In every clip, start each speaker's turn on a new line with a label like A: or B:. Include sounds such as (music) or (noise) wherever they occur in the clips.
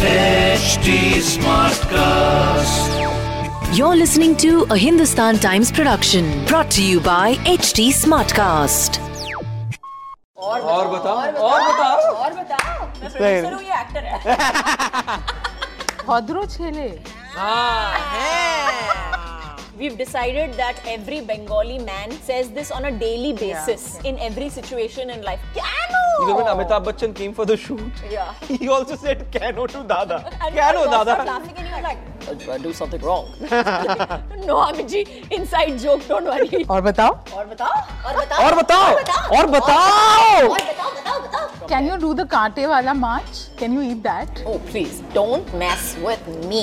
A: HD Smartcast.
B: You're listening to a Hindustan Times production brought to you by HT Smartcast.
C: और बताओ और बताओ
D: और बताओ मैं
C: नहीं।
D: प्रोड्यूसर हूँ या एक्टर है
C: (laughs)
E: ভদ্র ছেলে
D: हाँ, We've decided that every Bengali man says this on a daily basis in every situation in life.
C: Even
F: Oh.
C: when
D: Cano!
C: Amitabh Bachchan came for the shoot,
D: Yeah.
C: he also said Cano to Dada.
D: And
C: Cano
D: people start
C: Dada.
D: laughing and you're like, "Did I do something wrong. (laughs) no, Amiji, inside joke, don't worry.
E: और बताओ
D: और बताओ, और बताओ,
C: और बताओ और बताओ
D: और बताओ, बताओ, बताओ.
E: कैन यू डू द कांटे वाला march can you eat that
D: Oh, please, don't mess with me.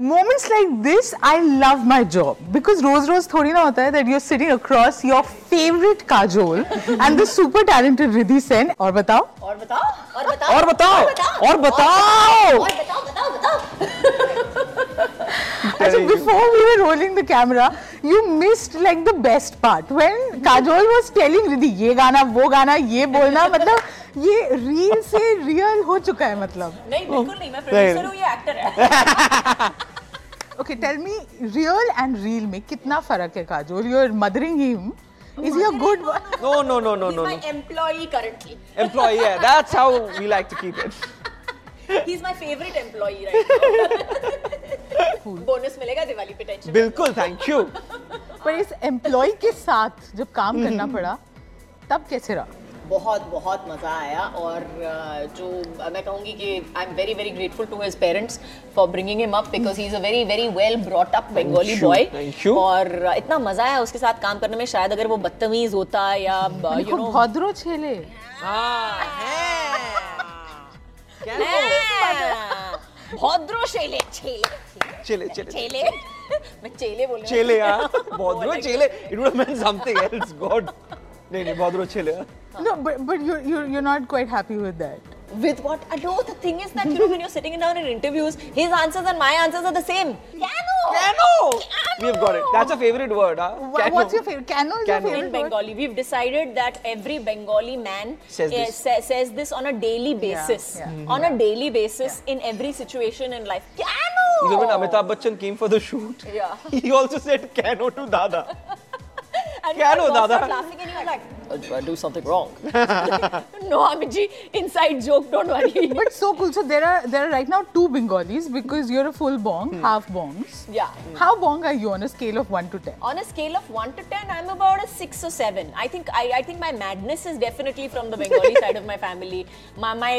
E: Moments like this I love my job because रोज रोज थोड़ी ना होता है that you are sitting across your favourite Kajol and the super talented Riddhi Sen और बताओ
D: और बताओ, और बताओ,
C: और बताओ और बताओ
D: और बताओ, बताओ, बताओ.
E: अच्छा before we were rolling the camera you missed like the best part when Kajol was telling Riddhi ये गाना वो गाना ये बोलना (laughs) मतलब ये रील से रियल हो चुका है मतलब
D: नहीं,
C: Oh,
D: बिल्कुल नहीं, मैं प्रोड्यूसर हूँ या एक्टर है
C: (laughs)
E: Okay, tell me, real and real में कितना फर्क है Kajol? You're mothering him. Is he a good one?
C: No no no no no
D: He's
C: no.
D: my employee currently.
C: Employee, yeah, that's how we like to keep it.
D: He's my favorite employee right now. (laughs) Bonus मिलेगा दिवाली पे tension
C: बिल्कुल thank you.
E: पर इस employ के साथ जब काम करना
F: हम्म।
E: पड़ा, तब कैसे
F: Uh,
E: रहा?
F: बहुत बहुत मज़ा आया और अ, जो अ, मैं कहूँगी कि I am very very grateful to his parents for bringing him up because he is a very very well brought up Bengali
C: you, thank
F: boy
C: you.
F: और अ, इतना मज़ा आया उसके साथ काम करने में शायद अगर वो बदतमीज़ होता
C: (laughs)
F: या यू
E: खूब
F: नो
E: भद्रो छेले.
F: हाँ। (laughs) भद्रो शेले छेले
C: चले चले
F: (laughs) छेले मैं चेले बोल रही हूँ।
C: चले
F: (laughs)
C: यार भद्रो चले it would have meant something else god नहीं नहीं भद्रो चले
E: No, but but you you you're not quite happy with that.
F: With what? Uh, No, the thing is that you know when you're sitting down in interviews, his answers and my answers are the same. Cano.
C: Cano we have got it that's a favorite word huh
E: Wha-
C: Cano.
E: What's your favorite? Cano is your
C: Cano.
F: in
E: favorite word?
F: Bengali. We've decided that every Bengali man eh,
C: Says this. Mm-hmm.
F: sa- says this on a daily basis.
E: yeah.
F: On a daily basis in every situation in life. Cano!
C: Even when Amitabh Bachchan came for the shoot,
F: Yeah.
C: he also said Cano to Dada.
F: And
C: Cano,
F: people
C: Dada.
F: start laughing and you're like, "Did I do something wrong. (laughs) no, Amiji, inside joke, don't
C: (laughs)
F: worry.
E: But so cool. So there are there are right now two Bengalis because you're a full bong, half bongs.
F: Hmm. Yeah.
E: How bong are you on a scale of one to ten?
F: On a scale of 1 to 10, I'm about a 6 or 7. I think I, I think my madness is definitely from the
E: (laughs)
F: Bengali side of my family. My, my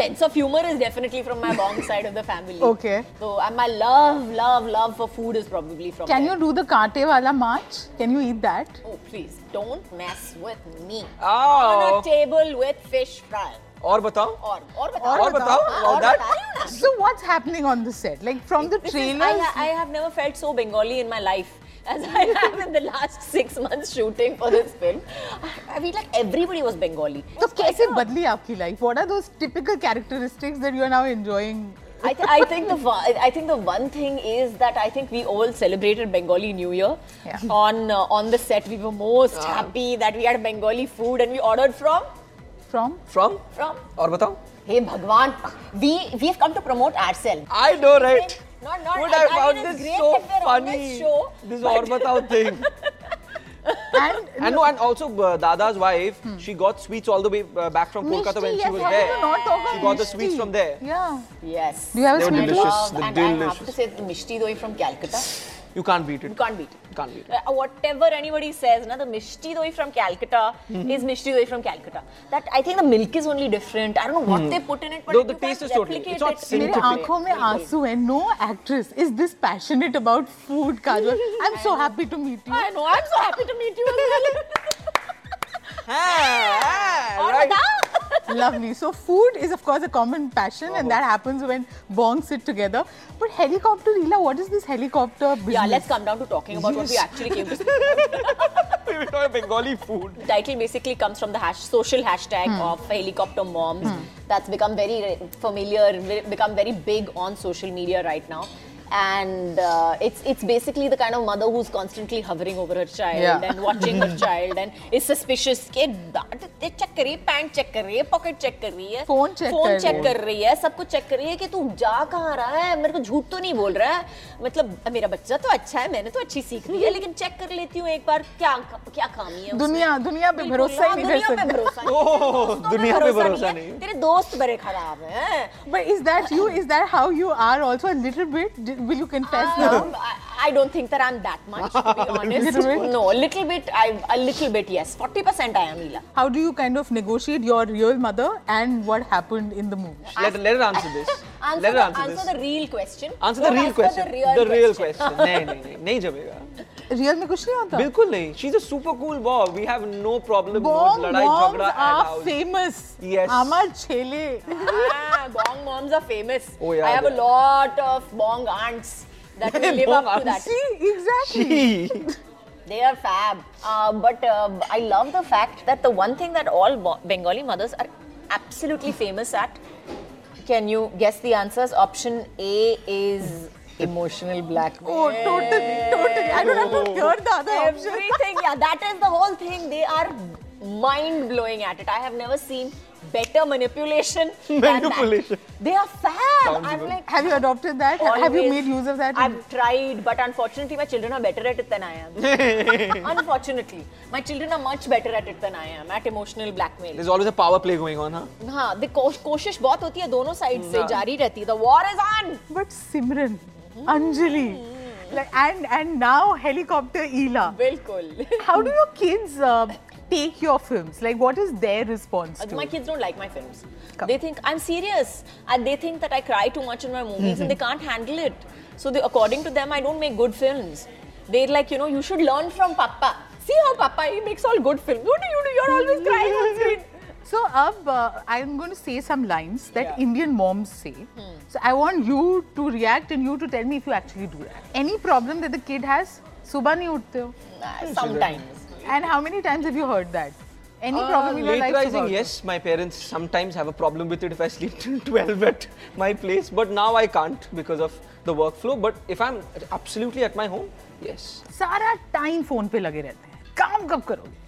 F: sense of humor is definitely from my bong side of the family.
E: Okay.
F: So and my love, love, love for food is probably from
E: Can
F: there.
E: you do the kaante wala march? Can you eat that?
F: Oh, please, don't mess with me. On a
C: Oh.
F: table with fish fry.
C: और बताओ.
F: Or, or, Ah,
C: और बताओ about that.
E: So what's happening on the set? Like from the
F: This is, I,
E: trailers,
F: ha- I have never felt so Bengali in my life as
E: (laughs)
F: I have in the last six months shooting for this film. I, I mean, like everybody was Bengali.
E: तो कैसे बदली आपकी life? What are those typical characteristics that you are now enjoying?
F: I, th- I think the one- I think the one thing is that I think we all celebrated Bengali New Year
E: Yeah.
F: on uh, on the set. We were most happy that we had Bengali food and we ordered from
E: From
C: From?
F: from.
C: और बताओ.
F: Hey Bhagwan, we we have come to promote ourselves.
C: I know, right?
F: Not- not-
C: Would
F: I-
C: I,
F: I mean,
C: found
F: it's
C: this
F: great
C: so
F: if they're on this
C: funny?
F: show,
C: this
F: but-
C: और बताओ thing.
E: and
C: (laughs) And no, and also uh, Dada's wife,
F: Hmm.
C: she got sweets all the way uh, back from Kolkata
E: Mishti,
C: when
E: yes,
C: she was
E: how
C: there.
E: could you not talk about
C: She got the
E: Mishti?
C: sweets from there.
E: Yeah.
F: (laughs) Yes.
E: Do you have a
C: They were
E: sweet
C: delicious.
E: tooth?
F: Love,
C: They're
F: and I have to
C: delicious.
F: say that the mishti doi from Calcutta,
C: You can't beat it.
F: you can't beat.
C: You can't beat it.
F: Uh, whatever anybody says, na, the mishti doi from Calcutta
C: Hmm.
F: is mishti doi from Calcutta. That I think the milk is only different. I don't know what they put in it, but
C: Hmm. Though
F: you
C: the taste
F: can't
C: is totally-
F: replicate
C: it's not
F: it.
C: same
E: मेरे
C: to play.
E: आंखों में आंसू हैं. No actress is this passionate about
C: (laughs)
E: food, Kajol. I'm so happy to meet you.
F: I know. I'm so happy to meet you. as well. और
C: right.
F: बताओ
E: Lovely. So food is of course a common passion, and that
C: Uh-huh.
E: happens when bongs sit together. But helicopter, Leela, what is this helicopter business?
F: Yeah, let's come down to talking about what we actually came to. speak.
C: (laughs) We will talk Bengali food.
F: The title basically comes from the hash, social hashtag
E: Hmm.
F: of helicopter moms. That's become very re- familiar, ve- become very big on social media right now. And uh, it's it's basically the kind of mother who's constantly hovering over her child
E: Yeah.
F: and watching
E: (laughs)
F: her child and is suspicious. कि दांत ते check कर रही है, pant check कर रही है, pocket check कर रही है,
E: Phone check
F: phone
E: कर
F: check
E: रही है।
F: कर रही है, सब कुछ check कर रही है कि तू जा कहाँ रहा है, मेरे को झूठ तो नहीं बोल रहा है, मतलब मेरा बच्चा तो अच्छा है, मैंने तो अच्छी सीख ली है, लेकिन check कर लेती हूँ एक बार क्या क्या खामी है उसमें।
E: दुनिया दुनिया पे
F: बिल्कुल,
E: भरोसा ही
F: हाँ,
E: नहीं
F: दुनिया
E: कर
F: पे भरोसा नहीं।
C: (laughs)
E: सकते
C: Oh,
F: दोस्तों पे
C: दुनिया पे भरोसा
F: है।
C: नहीं है।
F: तेरे दोस्त बड़े खराब हैं
E: But is that you? Is that how you are also a little bit? Did- Will you confess
C: Uh,
E: now?
F: Um, I, I don't think that I'm that much to
C: (laughs)
F: be honest.
E: Little bit?
F: No, a little bit. I a little bit. Yes, 40% I am Leela.
E: How do you kind of negotiate your real mother and what happened in the movie?
C: Let, let her answer this.
F: (laughs) Answer,
C: let her
F: the,
C: answer,
F: answer
C: this.
F: the real question.
C: answer the
F: Don't
C: real question.
F: The real, question.
C: question.
F: (laughs)
C: नहीं नहीं नहीं नहीं जमेगा
E: Real में कुछ नहीं होता.
C: बिल्कुल नहीं she is a super cool mom we have no problem no
E: Bong
C: लड़ाई
E: moms
C: झगड़ा at
E: are
C: house. (laughs)
E: famous.
C: Yes.
E: Amar chele.
F: Ah, bong moms are famous.
C: Oh, yeah,
F: I have a
C: they are.
F: lot of bong aunts
C: (laughs)
F: that will live
C: Bong
F: up to that.
C: aunts.
E: See
C: (laughs)
E: exactly.
C: She-
F: They are fab. Uh, but uh, I love the fact that the one thing that all Bo- Bengali mothers are absolutely famous at. Can you guess the answers? Option A is emotional blackmail.
E: Oh, totally, totally. I don't have to hear Oh, the other option.
F: Everything, yeah, that is the whole thing. They are mind blowing at it. I have never seen better manipulation. than that.
C: Manipulation.
F: They are fab. I'm
C: good.
F: like,
E: (laughs) Have you adopted that? Ha- Have you
F: Always.
E: made use of that?
F: I've tried, but unfortunately, my children are better at it than I am. unfortunately, my children are much better at it than I am at emotional blackmail.
C: there's always a power play going on huh
F: हाँ the को- कोशिश बहुत होती है दोनों side से जारी रहती है the war is on
E: But Simran, Anjali, like, and and now helicopter Ela.
F: बिल्कुल
E: How do your kids uh, take your films? Like, what is their response to?
F: My
E: it?
F: kids don't like my films.
E: Come.
F: They think I'm serious, and they think that I cry too much in my movies, and they can't handle it. So, they, according to them, I don't make good films. They're like, you know, you should learn from Papa. See how Papa he makes all good films. What do you do? You're always crying on screen.
E: (laughs) So, ab, uh, I'm going to say some lines that Indian moms say.
C: Hmm.
E: So, I want you to react and you to tell me if you actually do that. Any problem that the kid has, subah nahi utte ho.
F: Nah, sometimes.
E: And how many times have you heard that? Any problem in your
C: Uh, late
E: life?
C: rising,
E: subah utte ho.
C: yes. My parents sometimes have a problem with it if I sleep till (laughs) 12 at my place, but now I can't because of the workflow. But if I'm absolutely at my home, yes.
E: सारा time phone पे लगे रहते हैं काम कब करोगे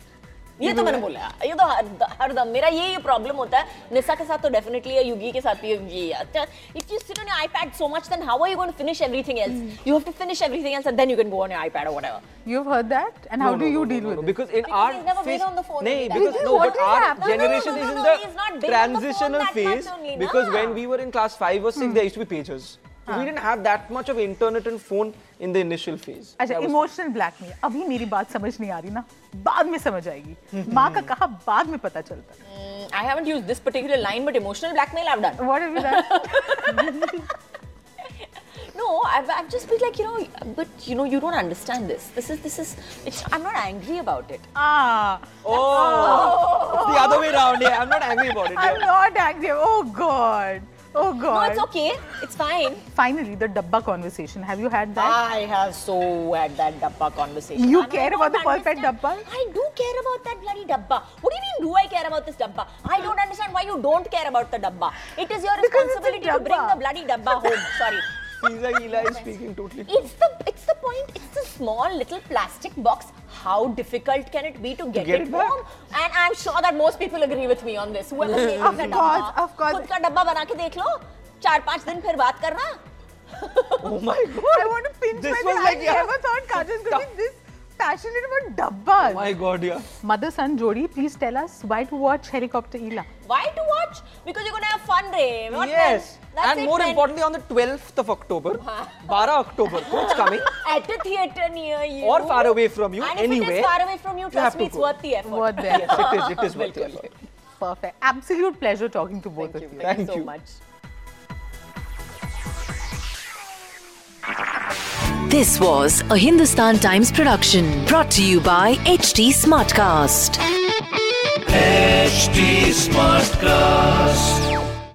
F: ये तो मैंने बोला ये तो हर हर दम मेरा ये ये प्रॉब्लम होता है निसा के साथ तो डेफिनेटली है युगी के साथ भी है, ये अच्छा if you sit on your iPad so much then how are you going to finish everything else you have to finish everything else and then you can go on your iPad और whatever
E: you have heard that and how
C: No,
E: do
C: no,
E: you
C: no,
E: deal
C: no, no,
E: with
C: Because in
F: Because
C: our
F: he's never been
C: phase,
F: on the phone only,
C: Nahi,
F: that
C: because
E: is
C: no,
E: what
C: but
E: is
C: our
E: happening.
C: generation
F: No, no, no,
C: is in
F: no,
C: the
F: he's not been on the phone
C: transitional
F: that
C: phase
F: much only,
C: because
F: na.
C: when we were in class five or six,
F: Hmm.
C: there used to be pages. We didn't have that much of internet and phone in the initial phase.
E: अच्छा
C: That was-
E: emotional blackmail अभी मेरी बात समझ नहीं आ रही ना बाद में समझ
C: (laughs)
E: आएगी माँ का कहा बाद में पता चलता है
F: I haven't used this particular line, but emotional blackmail I've done.
E: What have you done?
F: No, I've, I've just been like, you know, but you know, you don't understand this. This is, this is, it's, I'm not angry about it.
E: Ah,
C: Oh, the other way around. Yeah, I'm not angry about
F: (laughs)
C: it.
E: I'm
C: Yeah.
E: not angry. Oh God. Oh
F: No,
E: God.
F: it's okay. It's fine.
E: Finally, the dabba conversation. Have you had that?
F: I have so had that dabba conversation.
E: You
F: And I
E: care
F: don't
E: about the
F: understand-
E: perfect dabba?
F: I do care about that bloody dabba. What do you mean, do I care about this dabba? I don't understand why you don't care about the dabba. It is your
E: Because it's a
F: responsibility to bring
E: dabba.
F: the bloody dabba home. Sorry.
C: He's like Eli is speaking totally.
F: It's the it's the point. It's the small little plastic box. How difficult can it be to get, it
C: get it back?
F: home? And I'm sure that most people agree with me on this.
E: (laughs)
F: Whoever says
E: Of
F: that
E: course,
F: डब्बा,
E: of course.
F: खुद का डब्बा बना के देख लो चार पांच दिन फिर बात करना
C: Oh my god.
E: (laughs) I want to pinch
C: This
E: myself.
C: was like,
E: I
C: yeah.
E: never thought Kajol's going to be this passionate about dabbas.
C: Oh My god, yeah.
E: Mother-son Jodi, please tell us why to watch Helicopter Ela.
F: Why to watch? Because you're gonna have fun, Ray. Not
C: yes.
F: men. That's
C: and
F: it,
C: more
F: men.
C: importantly, on the 12th of October, 12 October, it's
F: (laughs)
C: coming.
F: At a theater near you.
C: Or far away from you,
F: And if it
C: anywhere,
F: is far away from you,
C: you
F: trust
C: have
F: me,
C: to
F: it's
C: go.
F: worth the effort. (laughs)
E: What the
C: yes, it is. It is worth it.
E: Perfect. Absolute pleasure talking to both
F: Thank
E: of
F: you.
E: you.
F: Thank you
C: Thank
F: so
C: you.
F: much.
B: This was a Hindustan Times production brought to you by HT Smartcast.
A: HD Smartcast.